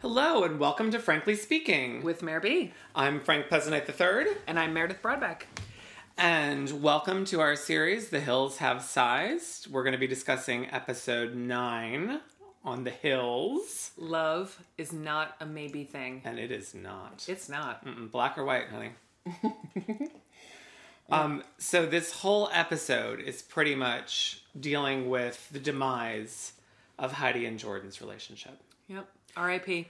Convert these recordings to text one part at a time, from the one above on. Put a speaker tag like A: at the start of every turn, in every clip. A: Hello and welcome to Frankly Speaking.
B: with Mayor B.
A: I'm Frank Pleasant III,
B: And I'm Meredith Broadbeck.
A: and welcome to our series, The Hills Have Sized. We're going to be discussing episode nine on the hills,
B: Love is not a maybe thing.
A: and it is not.
B: It's not.
A: Mm-mm, black or white, honey. um, so this whole episode is pretty much dealing with the demise of Heidi and Jordan's relationship.
B: Yep. R.I.P.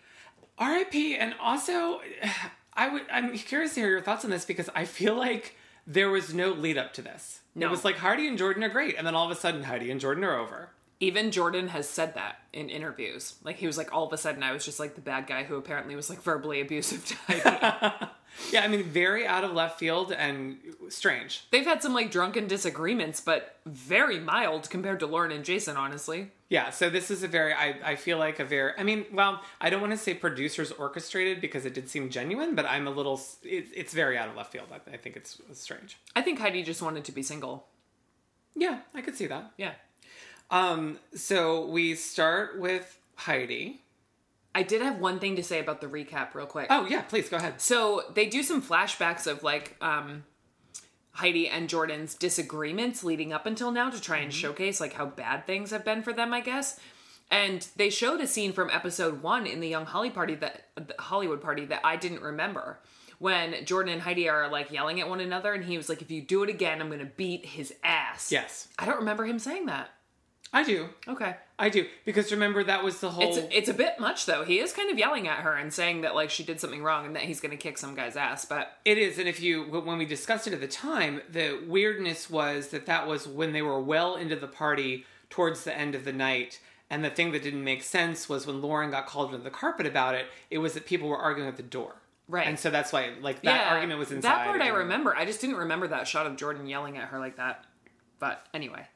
A: R.I.P. And also, I would. I'm curious to hear your thoughts on this because I feel like there was no lead up to this.
B: No.
A: It was like Heidi and Jordan are great, and then all of a sudden Heidi and Jordan are over.
B: Even Jordan has said that in interviews. Like he was like, all of a sudden, I was just like the bad guy who apparently was like verbally abusive to Heidi.
A: Yeah, I mean, very out of left field and strange.
B: They've had some like drunken disagreements, but very mild compared to Lauren and Jason. Honestly,
A: Yeah, so this is a very, I, I feel like a very, I mean, well, I don't want to say producers orchestrated because it did seem genuine, but I'm a little, s- it, it's very out of left field. I, I think it's strange.
B: I think Heidi just wanted to be single.
A: Yeah, I could see that.
B: Yeah.
A: Um, so we start with Heidi.
B: I did have one thing to say about the recap, real quick.
A: Oh, yeah, please go ahead.
B: So they do some flashbacks of like um, Heidi and Jordan's disagreements leading up until now to try and showcase like how bad things have been for them, I guess. And they showed a scene from episode one in the Young Holly party that the Hollywood party that I didn't remember when Jordan and Heidi are like yelling at one another, and he was like, "If you do it again, I'm gonna beat his ass."
A: Yes,
B: I don't remember him saying that.
A: I do.
B: Okay,
A: I do. Because remember, that was the whole,
B: it's it's a bit much though. He is kind of yelling at her and saying that like she did something wrong and that he's gonna kick some guy's ass, but
A: it is. And if you, when we discussed it at the time, the weirdness was that that was when they were well into the party towards the end of the night. And the thing that didn't make sense was when Lauren got called into the carpet about it, it was that people were arguing at the door.
B: Right.
A: And so that's why, like, that argument was inside.
B: That part I
A: and-
B: remember. I just didn't remember that shot of Jordan yelling at her like that. But anyway,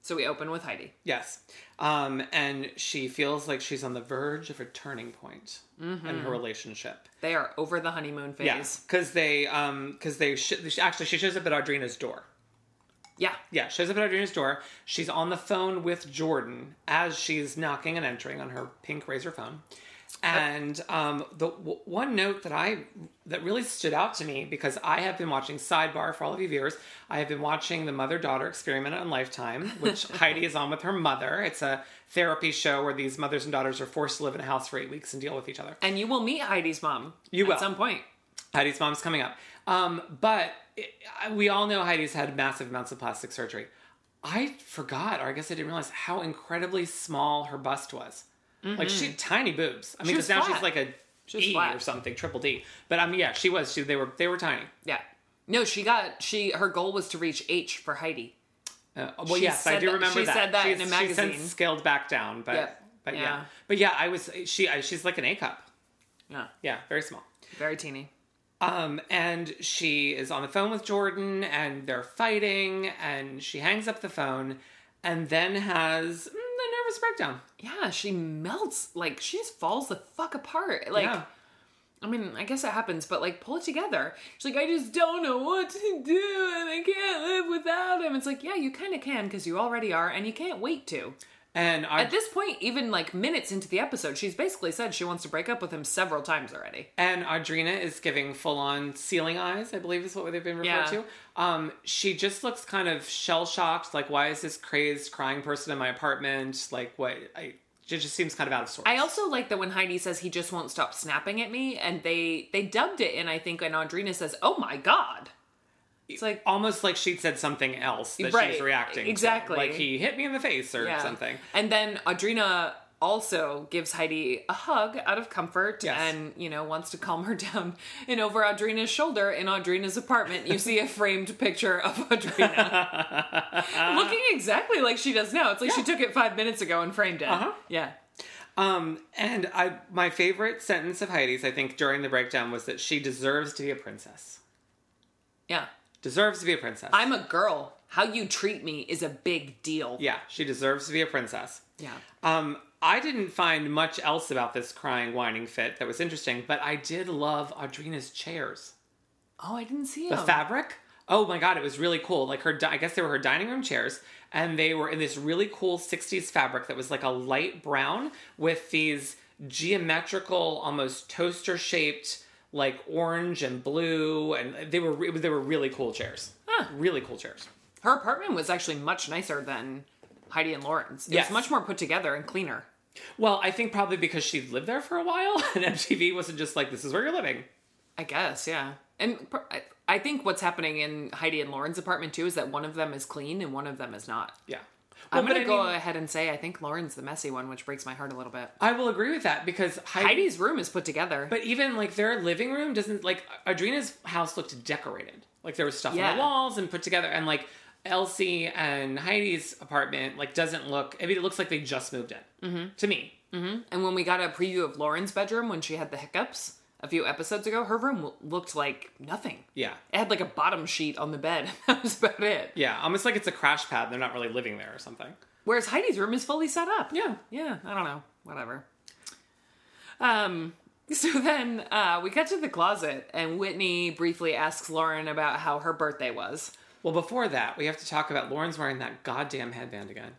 B: so we open with Heidi.
A: Yes. Um, and she feels like she's on the verge of a turning point
B: Mm-hmm.
A: in her relationship.
B: They are over the honeymoon
A: Yes.
B: phase.
A: Because they, um, because they, sh- actually, she shows up at Audrina's door.
B: Yeah.
A: Yeah, shows up at Audrina's door. She's on the phone with Jordan as she's knocking and entering on her pink razor phone. And um, the w- one note that I that really stood out to me because I have been watching Sidebar for all of you viewers. I have been watching the mother daughter experiment on Lifetime, which Heidi is on with her mother. It's a therapy show where these mothers and daughters are forced to live in a house for eight weeks and deal with each other.
B: And you will meet Heidi's mom.
A: You
B: at
A: will.
B: some point.
A: Heidi's mom's coming up. Um, but it, I- we all know Heidi's had massive amounts of plastic surgery. I forgot, or I guess I didn't realize how incredibly small her bust was. Like she had tiny boobs. I mean,
B: Mm-hmm.
A: because
B: was
A: now she's
B: flat.
A: like a
B: was
A: D
B: flat.
A: or something, triple D. But I mean, yeah, she was. She they were they were tiny.
B: Yeah. No, she got she her goal was to reach H for Heidi.
A: Uh, well,
B: She
A: yes, I
B: said
A: do
B: that-
A: remember
B: she
A: that.
B: said that in a
A: She's since
B: magazine.
A: scaled back down, but
B: Yep.
A: but yeah.
B: Yeah.
A: but yeah, I was she I, she's like an A cup.
B: Yeah.
A: Yeah, very small.
B: Very teeny.
A: Um, and she is on the phone with Jordan, and they're fighting, and she hangs up the phone, and then has mm, a nervous breakdown.
B: Yeah, she melts like she just falls the fuck apart. Like
A: yeah,
B: I mean, I guess it happens, but like, pull it together. She's like, I just don't know what to do, and I can't live without him. It's like, yeah, you kind of can because you already are, and you can't wait to.
A: and Aud-
B: At this point, even like minutes into the episode, she's basically said she wants to break up with him several times already.
A: and Audrina is giving full on ceiling eyes. I believe is what they've been referred
B: Yeah.
A: to. Um, she just looks kind of shell shocked. Like, why is this crazed crying person in my apartment? Like, what? I it just seems kind of out of sorts.
B: I also like that when Heidi says he just won't stop snapping at me, and they they dubbed it in, I think, and Audrina says, "Oh my god," it's like
A: Almost like she'd said something else that she was
B: Right.
A: reacting. to.
B: Exactly.
A: Like he hit me in the face or
B: Yeah.
A: something.
B: And then Audrina also gives Heidi a hug out of comfort
A: Yes.
B: and, you know, wants to calm her down. And over Audrina's shoulder in Audrina's apartment, you see a framed picture of Audrina. Looking exactly like she does now. It's like she took it five minutes ago and framed it.
A: Uh-huh.
B: Yeah.
A: Um, and I, my favorite sentence of Heidi's, I think, during the breakdown was that she deserves to be a princess.
B: Yeah.
A: Deserves to be a princess.
B: I'm a girl. How you treat me is a big deal.
A: yeah, she deserves to be a princess.
B: Yeah.
A: Um, I didn't find much else about this crying, whining fit that was interesting, but I did love Audrina's chairs.
B: Oh, I didn't see
A: The
B: him.
A: fabric. Oh my god, it was really cool. Like her, di- I guess they were her dining room chairs, and they were in this really cool '60s fabric that was like a light brown with these geometrical, almost toaster shaped, like orange and blue, and they were it was- they were really cool chairs. Really cool chairs.
B: Her apartment was actually much nicer than Heidi and Lauren's. It
A: Yes.
B: was much more put together and cleaner.
A: Well, I think probably because she lived there for a while, and MTV wasn't just like this is where you're living.
B: I guess, yeah. And pr- I- I think what's happening in Heidi and Lauren's apartment too is that one of them is clean and one of them is not.
A: Yeah.
B: I'm
A: Well, but
B: gonna
A: I
B: go
A: mean,
B: ahead and say I think Lauren's the messy one, which breaks my heart a little bit.
A: I will agree with that because Heidi
B: Heidi's room is put together.
A: But even like their living room doesn't like Adrina's house looked decorated. Like there was stuff on
B: Yeah.
A: the walls and put together and like Elsie and Heidi's apartment like doesn't look I mean it looks like they just moved in. Mm-hmm. To me.
B: and when we got a preview of Lauren's bedroom when she had the hiccups a few episodes ago, her room w- looked like nothing.
A: Yeah.
B: It had like a bottom sheet on the bed. that was about it.
A: Yeah. Almost like it's a crash pad, they're not really living there or something.
B: Whereas Heidi's room is fully set up.
A: Yeah.
B: Yeah, I don't know. Whatever. Um so then uh we got to the closet and Whitney briefly asks Lauren about how her birthday was.
A: Well before that, we have to talk about Lauren's wearing that goddamn headband again.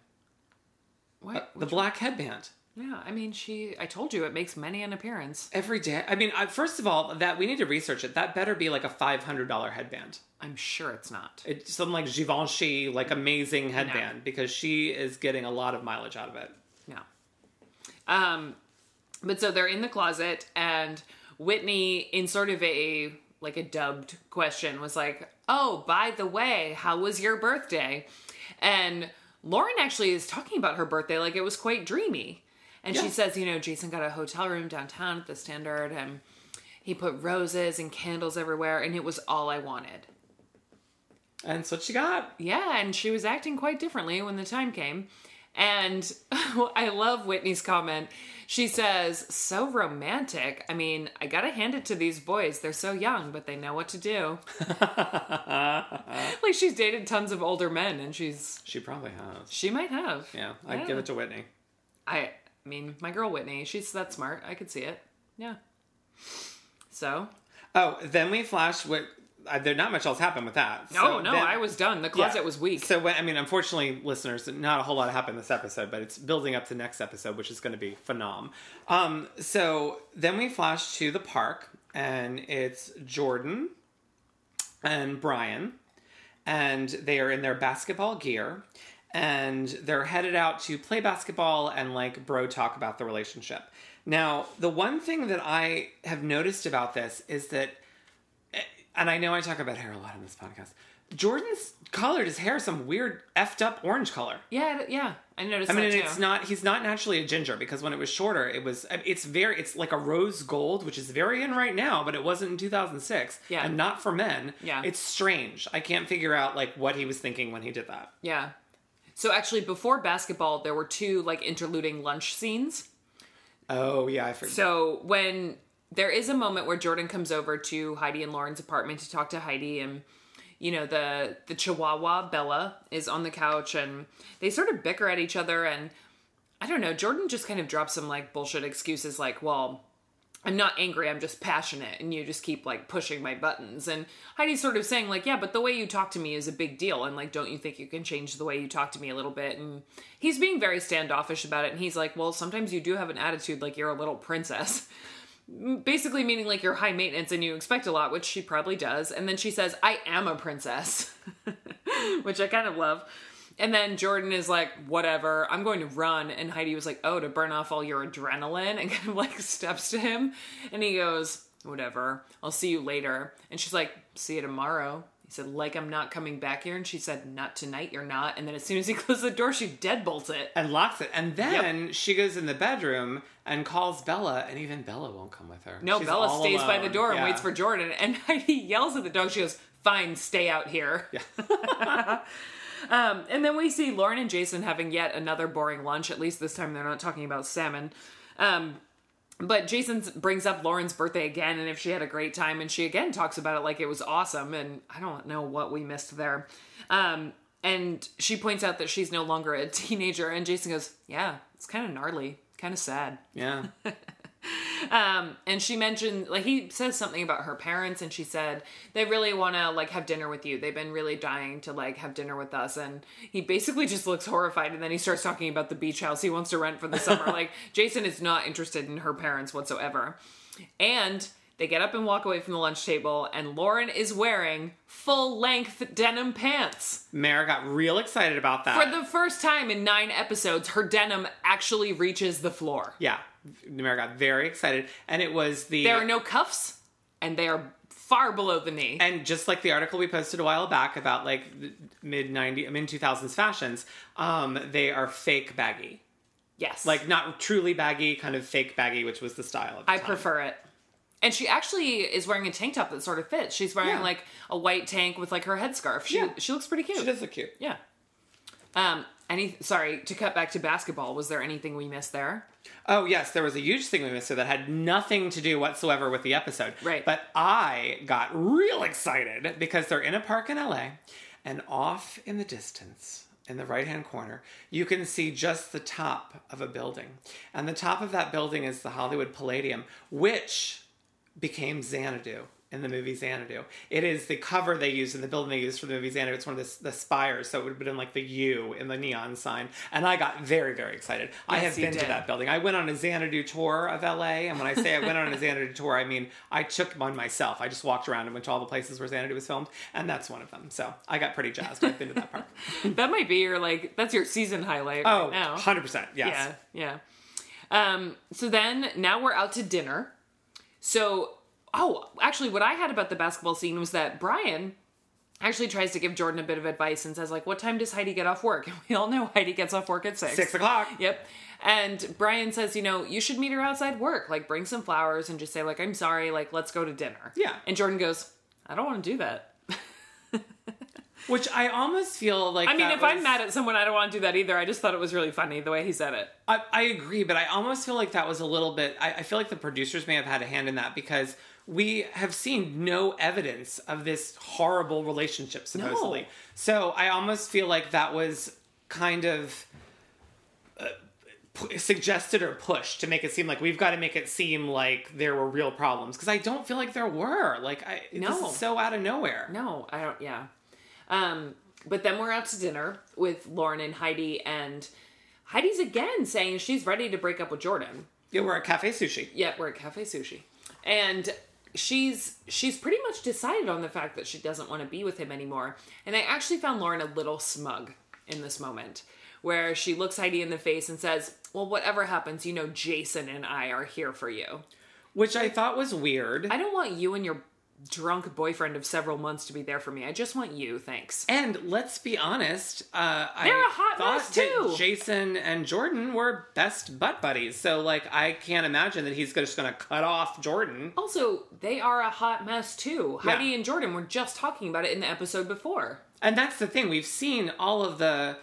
B: What?
A: The black headband.
B: Uh, yeah, I mean she I told you it makes many an appearance.
A: Every day. I mean, I, first of all, that we need to research it. That better be like a $500 headband.
B: I'm sure it's not.
A: It's some like Givenchy, like amazing headband because she is getting a lot of mileage out of it.
B: No. Um, but so they're in the closet, and Whitney, in sort of a like a dubbed question, was like, "Oh, by the way, how was your birthday?" And Lauren actually is talking about her birthday like it was quite dreamy, and she
A: Yeah.
B: says, "You know, Jason got a hotel room downtown at the Standard, and he put roses and candles everywhere, and it was all I wanted."
A: And that's what she got.
B: Yeah, and she was acting quite differently when the time came. And I love Whitney's comment. She says, so romantic. I mean, I gotta hand it to these boys. They're so young, but they know what to do. like, she's dated tons of older men, and she's,
A: She probably has.
B: she might have.
A: Yeah, I'd
B: Yeah.
A: give it to Whitney.
B: I mean, my girl Whitney, she's that smart. I could see it. Yeah. So,
A: Oh, then we flash with. Uh, there not much else happened with that.
B: oh
A: So
B: no,
A: then-
B: I was done. The
A: yeah.
B: closet was weak.
A: So when, I mean, unfortunately, listeners, not a whole lot happened this episode, but it's building up to next episode, which is going to be phenom. Um, so then we flash to the park, and it's Jordan and Brian, and they are in their basketball gear, and they're headed out to play basketball and like bro talk about the relationship. Now, the one thing that I have noticed about this is that and I know I talk about hair a lot on this podcast. Jordan's colored his hair some weird effed up orange color.
B: yeah, yeah. I noticed
A: I mean,
B: that
A: and
B: too.
A: it's not he's not naturally a ginger because when it was shorter, it was it's very it's like a rose gold, which is very in right now, but it wasn't in 2006.
B: Yeah.
A: and not for men.
B: Yeah.
A: it's strange. I can't figure out like what he was thinking when he did that.
B: Yeah. So actually, before basketball, there were two like interluding lunch scenes.
A: Oh yeah, I forgot.
B: So when there is a moment where Jordan comes over to Heidi and Lauren's apartment to talk to Heidi, and you know the the Chihuahua Bella is on the couch, and they sort of bicker at each other, and I don't know. Jordan just kind of drops some like bullshit excuses, like, "Well, I'm not angry, I'm just passionate, and you just keep like pushing my buttons. And Heidi's sort of saying, like, yeah, but the way you talk to me is a big deal, and like, don't you think you can change the way you talk to me a little bit? And he's being very standoffish about it, and he's like, well, sometimes you do have an attitude like you're a little princess. Basically, meaning like you're high maintenance and you expect a lot, which she probably does. And then she says, I am a princess, which I kind of love. And then Jordan is like, whatever, I'm going to run. And Heidi was like, oh, to burn off all your adrenaline, and kind of like steps to him. And he goes, whatever, I'll see you later. And she's like, see you tomorrow. He said, like, I'm not coming back here. And she said, not tonight, you're not. And then as soon as he closes the door, she deadbolts it.
A: and locks it, and then she goes in the bedroom and calls Bella, and even Bella won't come with her.
B: No,
A: She's
B: Bella
A: all
B: stays by the
A: alone.
B: door and
A: Yeah.
B: waits for Jordan. And Heidi yells at the dog. She goes, fine, stay out here. um, and then we see Lauren and Jason having yet another boring lunch. At least this time they're not talking about salmon. Um, but Jason brings up Lauren's birthday again and if she had a great time. And she again talks about it like it was awesome. And I don't know what we missed there. Um, and she points out that she's no longer a teenager. And Jason goes, yeah, it's kind of gnarly, kind of sad.
A: yeah.
B: Um, and she mentioned like he says something about her parents, and she said they really want to like have dinner with you. They've been really dying to like have dinner with us, and he basically just looks horrified, and then he starts talking about the beach house he wants to rent for the summer. like Jason is not interested in her parents whatsoever, and. They get up and walk away from the lunch table, and Lauren is wearing full length denim pants.
A: Mara got real excited about that.
B: For the first time in nine episodes, her denim actually reaches the floor.
A: yeah, Mara got very excited, and it was the
B: There are no cuffs, and they are far below the knee.
A: and just like the article we posted a while back about like mid 90 mid 2000s fashions um they are fake baggy
B: yes.
A: like not truly baggy kind of fake baggy which was the style of the
B: I
A: time.
B: prefer it. And she actually is wearing a tank top that sort of fits. She's wearing
A: Yeah.
B: like a white tank with like her headscarf. She
A: Yeah.
B: she looks pretty cute.
A: it is look cute
B: yeah. Um any sorry, to cut back to basketball, was there anything we missed there?
A: oh yes there was a huge thing we missed here that had nothing to do whatsoever with the episode
B: Right.
A: but i got real excited because they're in a park in la and off in the distance in the right hand corner, you can see just the top of a building. And the top of that building is the Hollywood Palladium, which became Xanadu in the movie Xanadu. It is the cover they used and the building they used for the movie Xanadu. It's one of the, the spires, so it would have been like the U in the neon sign. And I got very, very excited. I
B: Yes,
A: have
B: you
A: been to
B: did.
A: that building. I went on a Xanadu tour of LA, and when I say I went on a Xanadu tour, I mean I took one myself. I just walked around and went to all the places where Xanadu was filmed, and that's one of them. So I got pretty jazzed. I've been to that park.
B: That might be your like that's your season highlight
A: Oh,
B: right now.
A: 100%. Yes.
B: Yeah, yeah. Um, so then now we're out to dinner. So, oh, actually, what I had about the basketball scene was that Brian actually tries to give Jordan a bit of advice and says, like, what time does Heidi get off work? And we all know Heidi gets off work at six.
A: Six o'clock.
B: Yep. And Brian says, you know, you should meet her outside work. Like, bring some flowers and just say, like, I'm sorry, like, let's go to dinner.
A: Yeah.
B: And Jordan goes, I don't want to do that.
A: Which I almost feel like.
B: I mean,
A: that
B: if
A: was-
B: I'm mad at someone, I don't want to do that either. I just thought it was really funny the way he said it.
A: I, I agree, but I almost feel like that was a little bit. I, I feel like the producers may have had a hand in that because we have seen no evidence of this horrible relationship, supposedly.
B: No.
A: So I almost feel like that was kind of uh, pu- suggested or pushed to make it seem like we've got to make it seem like there were real problems because I don't feel like there were. Like, I,
B: No.
A: this is so out of nowhere.
B: No, I don't. Yeah. Um, but then we're out to dinner with Lauren and Heidi, and Heidi's again saying she's ready to break up with Jordan.
A: Yeah, we're at Cafe Sushi.
B: Yeah, we're at Cafe Sushi, and she's she's pretty much decided on the fact that she doesn't want to be with him anymore. And I actually found Lauren a little smug in this moment, where she looks Heidi in the face and says, "Well, whatever happens, you know, Jason and I are here for you.
A: Which I thought was weird.
B: I don't want you and your." drunk boyfriend of several months to be there for me. I just want you, thanks.
A: And let's be honest, uh,
B: They're
A: I
B: a hot
A: thought
B: mess, too.
A: that Jason and Jordan were best butt buddies, so like I can't imagine that he's just going to cut off Jordan.
B: Also, they are a hot mess too.
A: Yeah.
B: Heidi and Jordan were just talking about it in the episode before.
A: And that's the thing we've seen all of the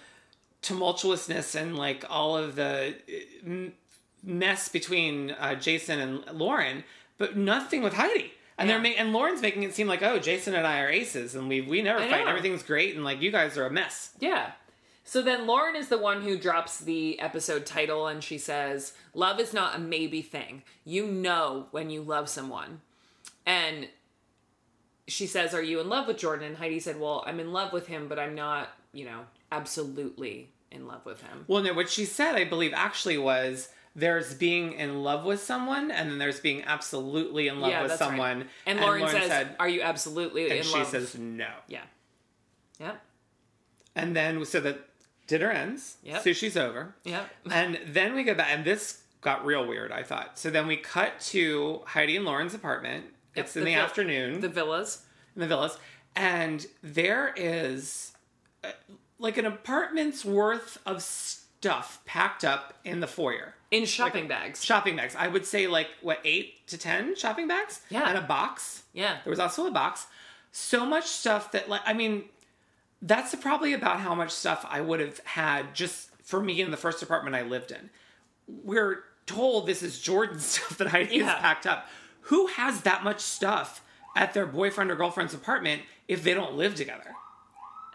A: tumultuousness and like all of the uh, m- mess between uh, Jason and Lauren, but nothing with Heidi. And
B: Yeah.
A: they're ma- and Lauren's making it seem like oh Jason and I are aces and we we never
B: I
A: fight
B: know.
A: everything's great and like you guys are a mess.
B: Yeah. So then Lauren is the one who drops the episode title and she says, Love is not a maybe thing. You know when you love someone. And she says, Are you in love with Jordan? And Heidi said, Well, I'm in love with him, but I'm not, you know, absolutely in love with him.
A: Well, no, what she said, I believe, actually was there's being in love with someone, and then there's being absolutely in love
B: yeah,
A: with
B: that's
A: someone.
B: Right. And Lauren, says,
A: said-
B: Are you absolutely in
A: and she
B: love?
A: says no.
B: Yeah. Yep.
A: And then, so that dinner ends,
B: Yep.
A: sushi's over.
B: Yep.
A: And then we go back, and this got real weird, I thought. So then we cut to Heidi and Lauren's apartment.
B: Yep,
A: it's in
B: the
A: the,
B: vil-
A: afternoon
B: The villas.
A: in the villas, and there is uh, like an apartment's worth of stuff packed up in the foyer.
B: In shopping bags.
A: shopping bags. I would say like what eight to ten shopping bags.
B: Yeah.
A: and a box.
B: yeah.
A: There was also a box. So much stuff that like I mean, that's probably about how much stuff I would have had just for me in the first apartment I lived in. We're told this is Jordan's stuff that I
B: Yeah.
A: has packed up. Who has that much stuff at their boyfriend or girlfriend's apartment if they don't live together?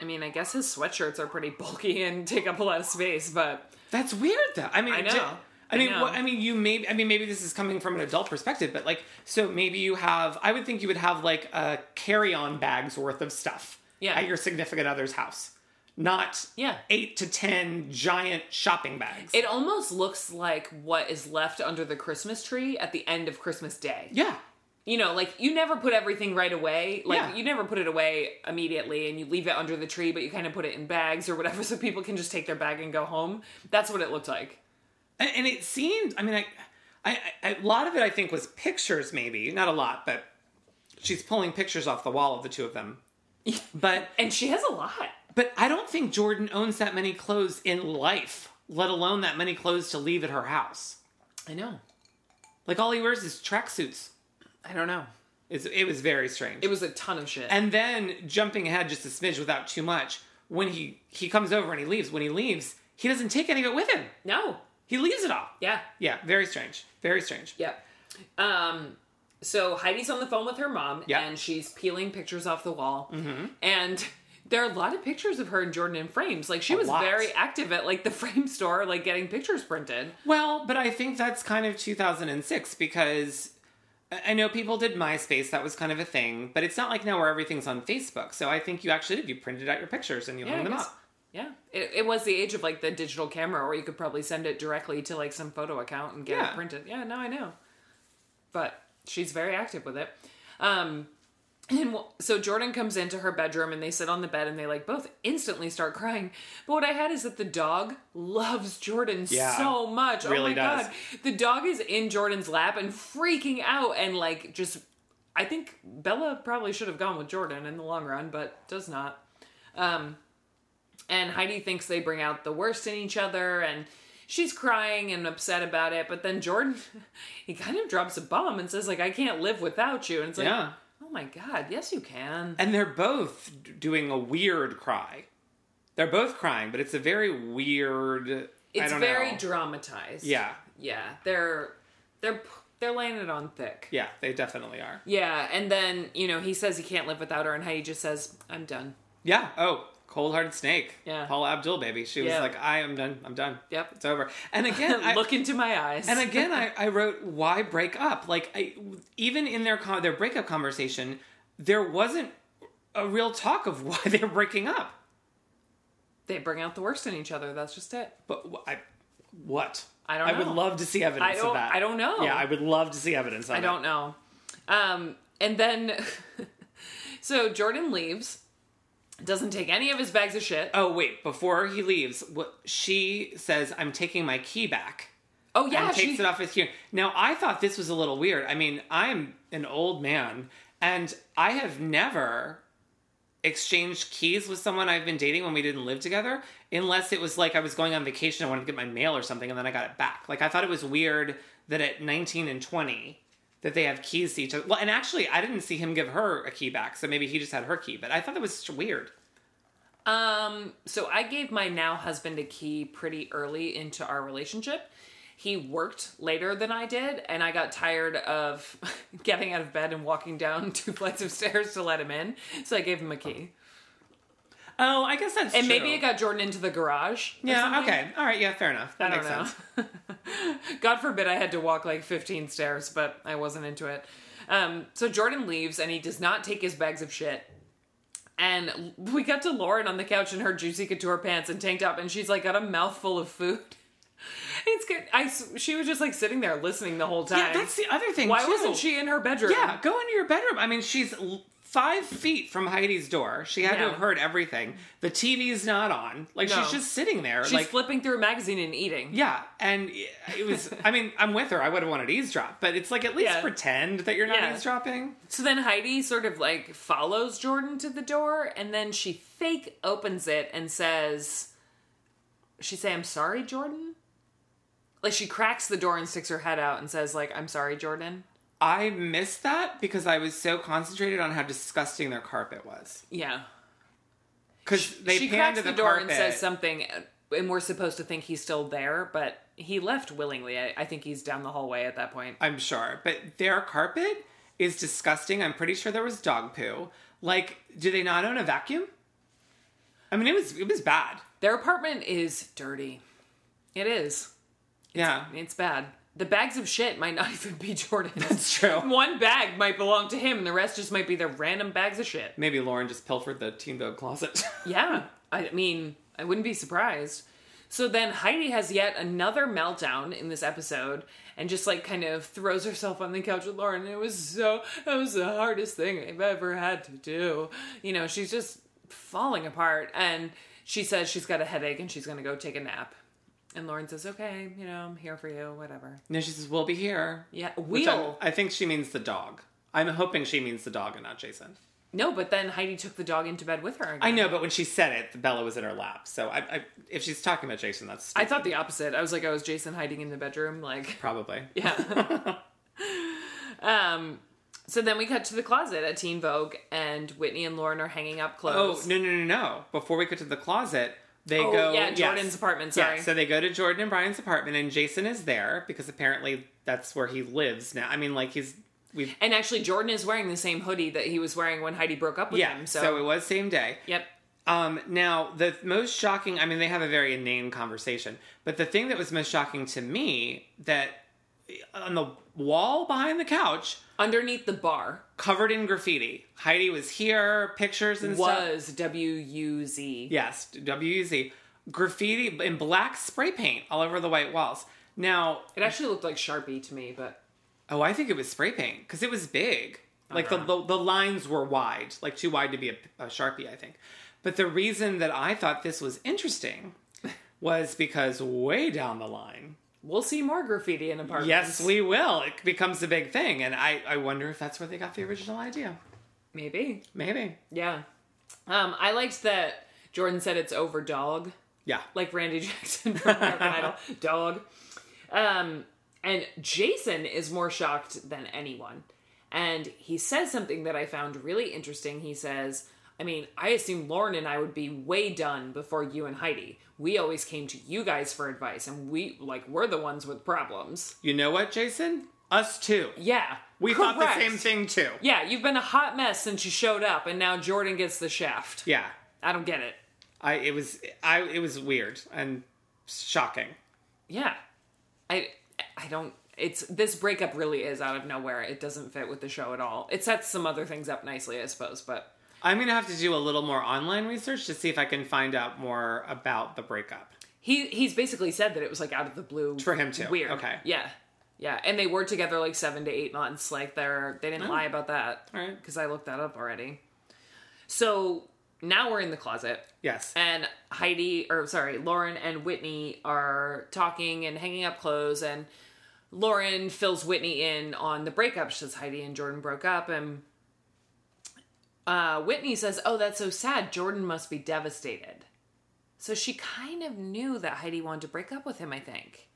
B: I mean, I guess his sweatshirts are pretty bulky and take up a lot of space, but
A: That's weird, though. I mean,
B: I
A: to-
B: know.
A: I I mean,
B: know.
A: what, I mean, you maybe. I mean, maybe this is coming from an adult perspective, but like, so maybe you have. I would think you would have like a carry-on bag's worth of stuff.
B: Yeah.
A: At your significant other's house, not
B: Yeah.
A: eight to ten giant shopping bags.
B: It almost looks like what is left under the Christmas tree at the end of Christmas Day.
A: yeah.
B: You know, like you never put everything right away. Like
A: Yeah.
B: you never put it away immediately and you leave it under the tree, but you kind of put it in bags or whatever so people can just take their bag and go home. That's what it looked like.
A: And, and it seemed, I mean, I, I, I, a lot of it I think was pictures, maybe not a lot, but she's pulling pictures off the wall of the two of them. But
B: And she has a lot.
A: but I don't think Jordan owns that many clothes in life, let alone that many clothes to leave at her house.
B: I know.
A: Like all he wears is tracksuits.
B: I don't know.
A: It's, it was very strange.
B: It was a ton of shit.
A: and then jumping ahead just a smidge without too much, when he he comes over and he leaves, when he leaves, he doesn't take any of it with him.
B: no.
A: He leaves it all.
B: Yeah.
A: Yeah, very strange. Very strange.
B: Yeah. Um, so Heidi's on the phone with her mom,
A: Yeah.
B: and she's peeling pictures off the wall. Mm-hmm. And there are a lot of pictures of her and Jordan in frames. Like she was
A: lot.
B: very active at like the frame store, like getting pictures printed.
A: Well, but I think that's kind of 2006 because I I know people did MySpace, that was kind of a thing, but it's not like now where everything's on Facebook. So I think you actually did. You printed out your pictures and you
B: I
A: hung them
B: guess-
A: up.
B: Yeah, it, it was the age of like the digital camera, where you could probably send it directly to like some photo account and get
A: Yeah.
B: it printed. Yeah, no, I know. But she's very active with it. Um, and wh- so Jordan comes into her bedroom and they sit on the bed and they like both instantly start crying. But what I had is that the dog loves Jordan
A: Yeah,
B: so much.
A: really
B: oh my
A: does.
B: god, the dog is in Jordan's lap and freaking out and like just. I think Bella probably should have gone with Jordan in the long run, but does not. And Heidi thinks they bring out the worst in each other, and she's crying and upset about it. But then Jordan, he kind of drops a bomb and says, like, I can't live without you. And it's like,
A: Yeah.
B: oh my God, yes, you can.
A: And they're both d- doing a weird cry. They're both crying, but it's a very weird. I
B: It's
A: don't
B: very
A: know.
B: dramatized.
A: yeah,
B: Yeah. They're, they're, they're laying it on thick.
A: yeah, they definitely are.
B: Yeah. And then, you know, he says he can't live without her, and Heidi just says, I'm done.
A: Yeah. Oh, cold hearted snake.
B: Yeah.
A: Paula Abdul, baby. She was
B: Yeah.
A: like, I am done. I'm done.
B: Yep.
A: It's over. And again, I,
B: Look into my eyes.
A: And again, I, I wrote, why break up? Like, I, even in their con- their breakup conversation, there wasn't a real talk of why they're breaking up.
B: they bring out the worst in each other. That's just it.
A: But wh- I, what?
B: I don't
A: I would
B: know.
A: love to see evidence
B: I don't-
A: of that.
B: I don't know.
A: Yeah, I would love to see evidence. Of
B: I don't know. Um, and then, so Jordan leaves, doesn't take any of his bags of shit.
A: Oh wait! Before he leaves, what, she says, "I'm taking my key back."
B: Oh yeah,
A: and takes
B: she,
A: it off his hearing. Now, I thought this was a little weird. I mean, I'm an old man, and I have never exchanged keys with someone I've been dating when we didn't live together, unless it was like I was going on vacation, I wanted to get my mail or something, and then I got it back. Like, I thought it was weird that at 19 and 20, that they have keys to each other. Well, and actually, I didn't see him give her a key back, so maybe he just had her key. But I thought that was weird.
B: um, so I gave my now husband a key pretty early into our relationship. He worked later than I did, and I got tired of getting out of bed and walking down two flights of stairs to let him in. So I gave him a key,
A: Oh, I guess that's
B: and maybe
A: true.
B: it got Jordan into the garage. or
A: yeah.
B: something.
A: Okay. All right. Yeah. Fair enough. That
B: I
A: makes
B: don't
A: sense.
B: know. God forbid I had to walk like 15 stairs, but I wasn't into it. Um, so Jordan leaves and he does not take his bags of shit. And we got to Lauren on the couch in her juicy couture pants and tank top, and she's like got a mouthful of food. It's good. I s- she was just like sitting there listening the whole time.
A: Yeah, that's the other thing.
B: Why
A: too.
B: wasn't she in her bedroom?
A: Yeah, go into your bedroom. I mean, she's l- five feet from Heidi's door. She had to
B: Yeah.
A: have heard everything. The TV's not on. Like
B: No.
A: she's just sitting there.
B: she's
A: like
B: flipping through a magazine and eating.
A: yeah, and it was. I mean, I'm with her. I would have wanted to eavesdrop, but it's like at least
B: Yeah.
A: pretend that you're not
B: Yeah.
A: eavesdropping.
B: So then Heidi sort of like follows Jordan to the door and then she fake opens it and says, She say, I'm sorry, Jordan? Like she cracks the door and sticks her head out and says, like, I'm sorry, Jordan.
A: I missed that because I was so concentrated on how disgusting their carpet was.
B: Yeah.
A: Because they
B: she
A: panned
B: cracks
A: to
B: the,
A: the,
B: door and
A: carpet.
B: says something uh, and we're supposed to think he's still there, but he left willingly. I, I think he's down the hallway at that point.
A: I'm sure. But their carpet is disgusting. I'm pretty sure there was dog poo. Like, do they not own a vacuum? I mean, it was it was bad.
B: Their apartment is dirty. It is.
A: Yeah.
B: It's bad. The bags of shit might not even be Jordan's.
A: It's true.
B: One bag might belong to him, and the rest just might be the random bags of shit.
A: Maybe Lauren just pilfered the Teen Vogue closet.
B: Yeah, I mean, I wouldn't be surprised. So then Heidi has yet another meltdown in this episode and just like kind of throws herself on the couch with Lauren. It was so, that was the hardest thing I've ever had to do. You know, she's just falling apart and she says she's got a headache and she's going to go take a nap. And Lauren says, okay, you know, I'm here for you, whatever.
A: no, she says, "We'll be here."
B: Yeah,
A: Which I'm-
B: wheel.
A: I think she means the dog. I'm hoping she means the dog and not Jason.
B: No, but then Heidi took the dog into bed with her. Again.
A: I know, but when she said it, Bella was in her lap. So I, I, if she's talking about Jason, that's
B: I thought the opposite. I was like, oh, is Jason hiding in the bedroom? Like,
A: probably.
B: Yeah. um, so then we cut to the closet at Teen Vogue, and Whitney and Lauren are hanging up
A: Oh
B: clothes.
A: no no no no! Before we get to the closet, they
B: Oh,
A: go
B: yeah, Jordan's
A: yes.
B: apartment. Sorry.
A: Yeah, so they go to Jordan and Brian's apartment, and Jason is there because apparently that's where he lives now. I mean, like he's we've
B: and actually, Jordan is wearing the same hoodie that he was wearing when Heidi broke up with
A: yeah.
B: him.
A: So.
B: So,
A: it was same day.
B: yep.
A: Um, now the most shocking. I mean, they have a very inane conversation, but the thing that was most shocking to me that uh, on the wall behind the couch,
B: Underneath the bar
A: covered in graffiti, Heidi was here, pictures and stuff.
B: was W U Z.
A: Yes, WZ. Graffiti in black spray paint all over the white walls. Now,
B: It actually looked like Sharpie to me, but
A: oh, I think it was spray paint because it was big. Like the, the the lines were wide, like too wide to be a, a sharpie, I think. But the reason that I thought this was interesting was because way down the line,
B: we'll see more graffiti in apartments.
A: yes, we will. It becomes a big thing, and I I wonder if that's where they got the original idea.
B: maybe.
A: Maybe,
B: Yeah. Um, I liked that Jordan said it's over dog.
A: yeah.
B: like Randy Jackson from American Idol, dog. Um, and Jason is more shocked than anyone. And he says something that I found really interesting. He says, I mean, I assume Lauren and I would be way done before you and Heidi. We always came to you guys for advice, and we, like, we're the ones with problems.
A: You know what, Jason? Us too.
B: Yeah.
A: We thought the
B: correct.
A: same thing too.
B: Yeah, you've been a hot mess since you showed up, and now Jordan gets the shaft.
A: yeah.
B: I don't get it.
A: I it was I it was weird and shocking.
B: yeah i i don't it's this breakup really is out of nowhere it doesn't fit with the show at all it sets some other things up nicely i suppose but
A: I'm gonna have to do a little more online research to see if I can find out more about the breakup.
B: he he's basically said that it was like out of the blue
A: For him too.
B: weird
A: Okay.
B: yeah yeah and they were together like seven to eight months like they're they didn't lie about that
A: Oh. All right.
B: because i looked that up already so now we're in the closet
A: Yes.
B: and Heidi or sorry, Lauren and Whitney are talking and hanging up clothes and Lauren fills Whitney in on the breakup since Heidi and Jordan broke up and uh, Whitney says, "Oh, that's so sad. Jordan must be devastated." So she kind of knew that Heidi wanted to break up with him, I think,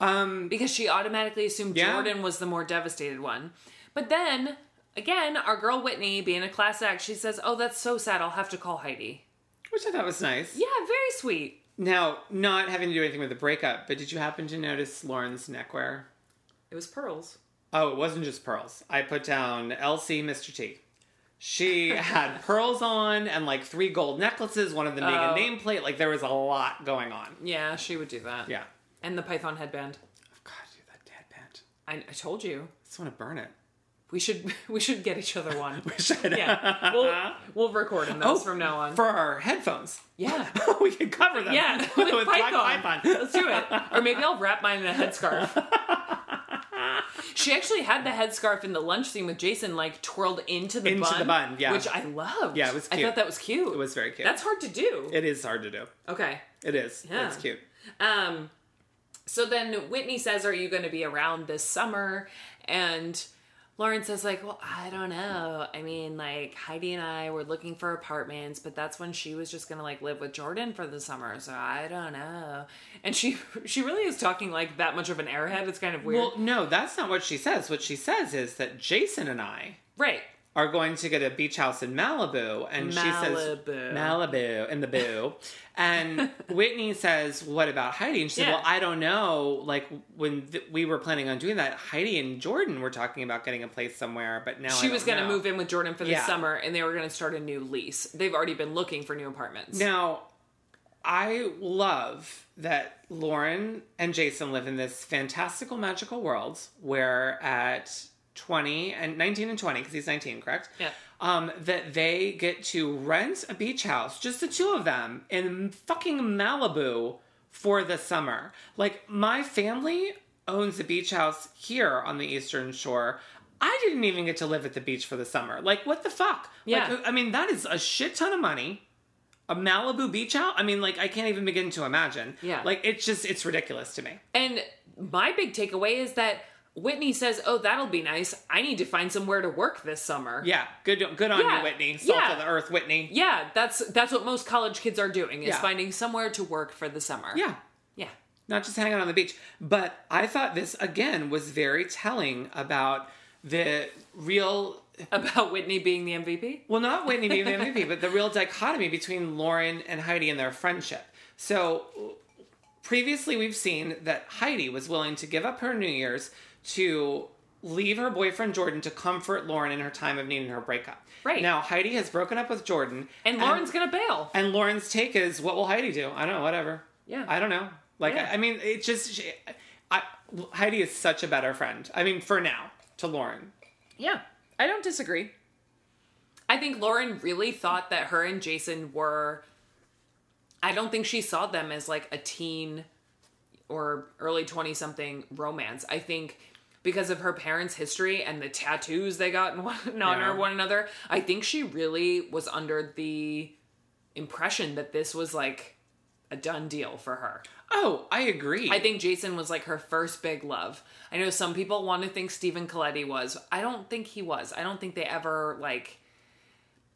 A: Um
B: because she automatically assumed
A: Yeah.
B: Jordan was the more devastated one. But then again, our girl Whitney, being a class act, she says, "Oh, that's so sad. I'll have to call Heidi."
A: which I thought was nice.
B: Yeah, very sweet.
A: Now, not having to do anything with the breakup, but did you happen to notice Lauren's neckwear?
B: It was pearls.
A: Oh, it wasn't just pearls. I put down Elsie Mr. T. She had pearls on and like three gold necklaces, one of them being
B: Oh.
A: a nameplate. Like there was a lot going on.
B: Yeah, she would do that.
A: Yeah.
B: And the python headband.
A: God, dude, that deadpan. I
B: I, I told you.
A: just want to burn it.
B: We should we should get each other one.
A: Should I-
B: yeah. We'll we'll record in those from now on.
A: Oh, for our headphones.
B: yeah.
A: we could cover them.
B: Yeah.
A: with, black python.
B: Let's do it. Or maybe I'll wrap mine in a headscarf. she actually had the headscarf in the lunch scene with Jason like twirled into the
A: Into
B: bun.
A: the bun, yeah.
B: Which I loved.
A: Yeah, it was
B: I
A: cute.
B: thought that was cute.
A: It was very cute.
B: That's hard to do.
A: it is hard to do.
B: okay.
A: It is.
B: Yeah.
A: It's cute.
B: Um, so then Whitney says, "Are you going to be around this summer?" And Lauren says, "Like, well, I don't know. I mean, like Heidi and I were looking for apartments, but that's when she was just going to like live with Jordan for the summer. So I don't know." And she she really is talking like that much of an airhead. It's kind of weird,
A: Well, no, that's not what she says. What she says is that Jason and I
B: right?
A: are going to get a beach house in Malibu, and she
B: Malibu.
A: says Malibu in the boo, and Whitney says, "What about Heidi?" And she
B: Yeah.
A: said, "Well, I don't know. Like when th- we were planning on doing that, Heidi and Jordan were talking about getting a place somewhere, but now I
B: She
A: don't
B: was going to
A: know."
B: move in with Jordan for the
A: Yeah.
B: summer, and they were going to start a new lease. They've already been looking for new apartments.
A: Now, I love that Lauren and Jason live in this fantastical magical world where at 20 and 19 and 20 because he's 19, correct?
B: Yeah.
A: Um, that they get to rent a beach house, just the two of them in fucking Malibu for the summer. Like my family owns a beach house here on the eastern shore. I didn't even get to live at the beach for the summer. Like what the fuck?
B: Yeah.
A: Like I mean that is a shit ton of money a Malibu beach out? I mean, like, I can't even begin to imagine.
B: Yeah.
A: Like, it's just, it's ridiculous to me.
B: And my big takeaway is that Whitney says, "Oh, that'll be nice. I need to find somewhere to work this summer."
A: Yeah. Good, good on
B: Yeah.
A: you, Whitney. Salt
B: Yeah.
A: of the earth, Whitney.
B: Yeah, that's that's what most college kids are doing is
A: Yeah.
B: finding somewhere to work for the summer.
A: Yeah.
B: Yeah.
A: Not just hanging on the beach. But I thought this, again, was very telling about the real,
B: About Whitney being the MVP?
A: well, not Whitney being the MVP, but the real dichotomy between Lauren and Heidi and their friendship. So previously we've seen that Heidi was willing to give up her New Year's to leave her boyfriend Jordan to comfort Lauren in her time of needing her breakup.
B: Right.
A: Now Heidi has broken up with Jordan.
B: And Lauren's going to bail.
A: and Lauren's take is what will Heidi do? I don't know, whatever.
B: Yeah.
A: I don't know. Like
B: Yeah.
A: I, I mean it just she, I Heidi is such a better friend. I mean for now to Lauren.
B: Yeah. I don't disagree. I think Lauren really thought that her and Jason were I don't think she saw them as like a teen or early 20 something romance. I think because of her parents' history and the tattoos they got in one, on
A: Yeah.
B: her one another, I think she really was under the impression that this was like a done deal for her.
A: Oh, I agree.
B: I think Jason was like her first big love. I know some people want to think Stephen Coletti was. I don't think he was. I don't think they ever like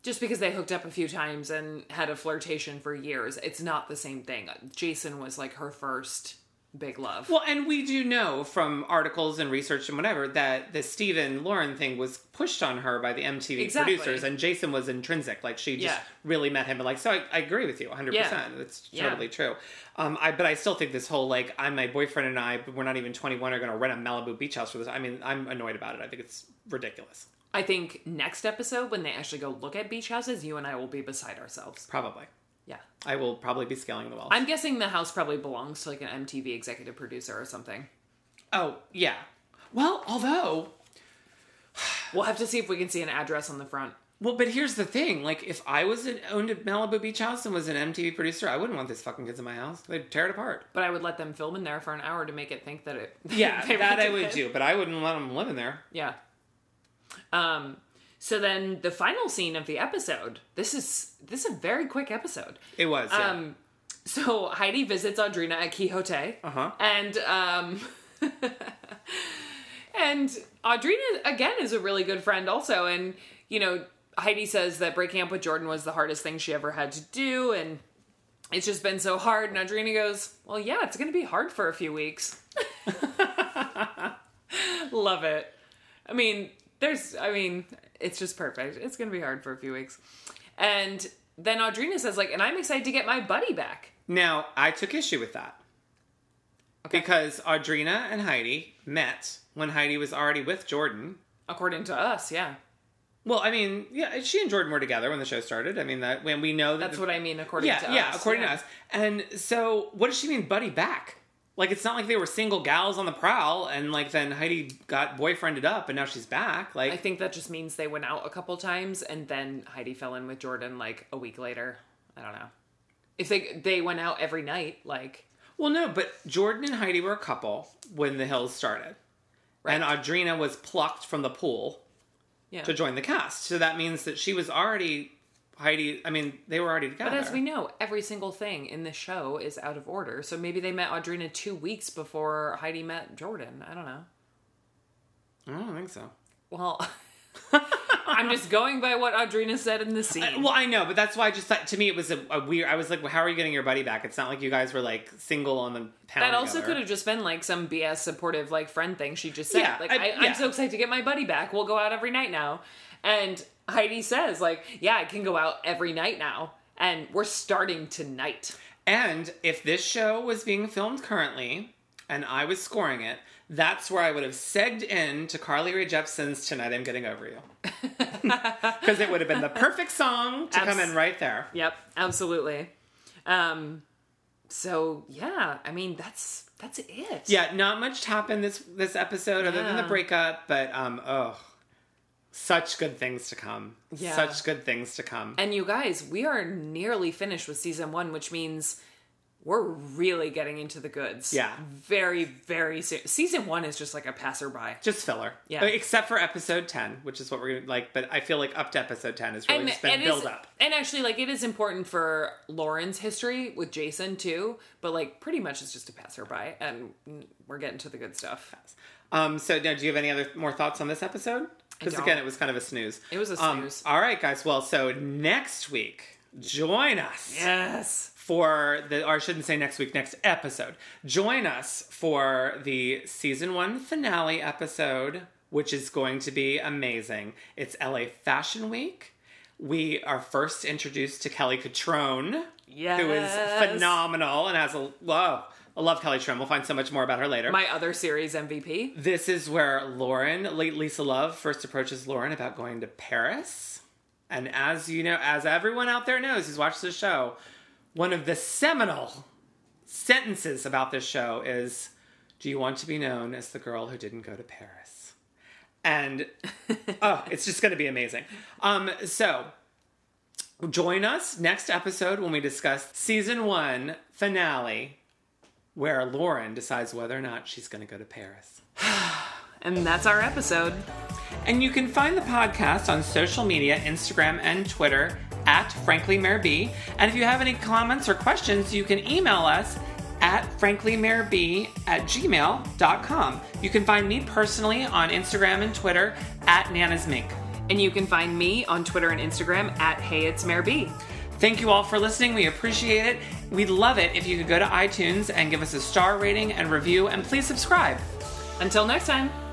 B: just because they hooked up a few times and had a flirtation for years, it's not the same thing. Jason was like her first big love.
A: Well, and we do know from articles and research and whatever that the Stephen Lauren thing was pushed on her by the MTV
B: Exactly.
A: producers, and Jason was intrinsic. Like she just
B: Yeah.
A: really met him, and like so. I, I agree with you 100. percent
B: Yeah.
A: That's
B: Yeah.
A: totally true. Um, I but I still think this whole like I'm my boyfriend and I, but we're not even 21, are going to rent a Malibu beach house for this. I mean, I'm annoyed about it. I think it's ridiculous.
B: I think next episode when they actually go look at beach houses, you and I will be beside ourselves.
A: Probably,
B: Yeah.
A: I will probably be scaling the wall.
B: I'm guessing the house probably belongs to like an MTV executive producer or something.
A: oh yeah. Well, although
B: We'll have to see if we can see an address on the front.
A: Well, but here's the thing: like, if I was an, owned a Malibu beach house and was an MTV producer, I wouldn't want these fucking kids in my house. They'd tear it apart.
B: But I would let them film in there for an hour to make it think that it.
A: Yeah,
B: they
A: that I
B: rented
A: would
B: it.
A: do, but I wouldn't let them live in there.
B: Yeah. Um. So then the final scene of the episode. This is this is a very quick episode.
A: It was. Yeah.
B: Um. So Heidi visits Audrina at Quixote.
A: Uh-huh.
B: And um. and Audrina again is a really good friend also, and you know Heidi says that breaking up with Jordan was the hardest thing she ever had to do, and. It's just been so hard, and Audrina goes, Well, yeah, it's gonna be hard for a few weeks. Love it. I mean, there's, I mean, it's just perfect. It's going to be hard for a few weeks. And then Audrina says, like, and I'm excited to get my buddy back.
A: now I took issue with that because Audrina and Heidi met when Heidi was already with Jordan.
B: According to us, yeah.
A: Well, I mean, yeah, she and Jordan were together when the show started. I mean, that when we know that
B: That's what I mean, according
A: yeah,
B: to us.
A: yeah, according to us. And so, what does she mean, buddy back? Like, it's not like they were single gals on the prowl, and like then Heidi got boyfriended up, and now she's back. Like,
B: I think that just means they went out a couple times, and then Heidi fell in with Jordan like a week later. I don't know. If they they went out every night, like
A: well, no, but Jordan and Heidi were a couple when The Hills started, and Audrina was plucked from the pool
B: yeah.
A: to join the cast. So that means that she was already Heidi. I mean, they were already together.
B: But as we know, every single thing in the show is out of order. So maybe they met Audrina two weeks before Heidi met Jordan. I don't know.
A: I don't think so.
B: Well, I'm just going by what Audrina said in the scene.
A: Well, I know, but that's why I just thought, to me it was a, a weird. I was like, well, how are you getting your buddy back? It's not like you guys were like single on the pound.
B: that also
A: together.
B: could have just been like some BS supportive like friend thing she just said.
A: Yeah,
B: like
A: I-
B: I,
A: yeah.
B: I'm so excited to get my buddy back. We'll go out every night now. And Heidi says like, yeah, I can go out every night now, and we're starting tonight.
A: And if this show was being filmed currently and I was scoring it, that's where I would have segged in to Carly Rae Jepsen's Tonight I'm Getting Over You. Because it would have been the perfect song to
B: Abs-
A: come in right there.
B: Yep, absolutely. Um, So yeah, I mean that's that's it.
A: Yeah, not much happened this this episode other than the
B: Yeah.
A: breakup, but um oh such good things to come.
B: Yeah.
A: Such good things to come.
B: And you guys, we are nearly finished with season one, which means we're really getting into the goods.
A: Yeah.
B: Very, very soon. Season one is just like a passerby.
A: just filler.
B: Yeah.
A: Except for episode 10, which is what we're gonna like, but I feel like up to episode 10 is really just been
B: it is-
A: build up.
B: and actually, like it is important for Lauren's history with Jason too, but like pretty much it's just a passerby, and we're getting to the good stuff.
A: Um, so now, do you have any other more thoughts on this episode? Because
B: don't.
A: again, it was kind of a snooze.
B: It was a
A: Um,
B: snooze.
A: all right, guys. Well, so next week, join us
B: Yes.
A: for the, or I shouldn't say next week, next episode. Join us for the season one finale episode, which is going to be amazing. It's LA Fashion Week. We are first introduced to Kelly Catrone, who is
B: Yes.
A: phenomenal and has a love. I love Kelly Trim. We'll find so much more about her later.
B: My other series MVP.
A: This is where Lauren, late Lisa Love, first approaches Lauren about going to Paris. And as you know, as everyone out there knows who's watched this show, one of the seminal sentences about this show is Do you want to be known as the girl who didn't go to Paris? And oh, it's just going to be amazing. Um, so join us next episode when we discuss season one finale, where Lauren decides whether or not she's going to go to Paris.
B: And that's our episode.
A: And you can find the podcast on social media, Instagram and Twitter at Frankly Mayor B. And if you have any comments or questions, you can email us at franklymayorb at gmail.com. You can find me personally on Instagram and Twitter at Nana's Mink.
B: And you can find me on Twitter and Instagram at Hey It's Mayor B.
A: Thank you all for listening. We appreciate it. We'd love it if you could go to iTunes and give us a star rating and review, and please subscribe.
B: Until next time.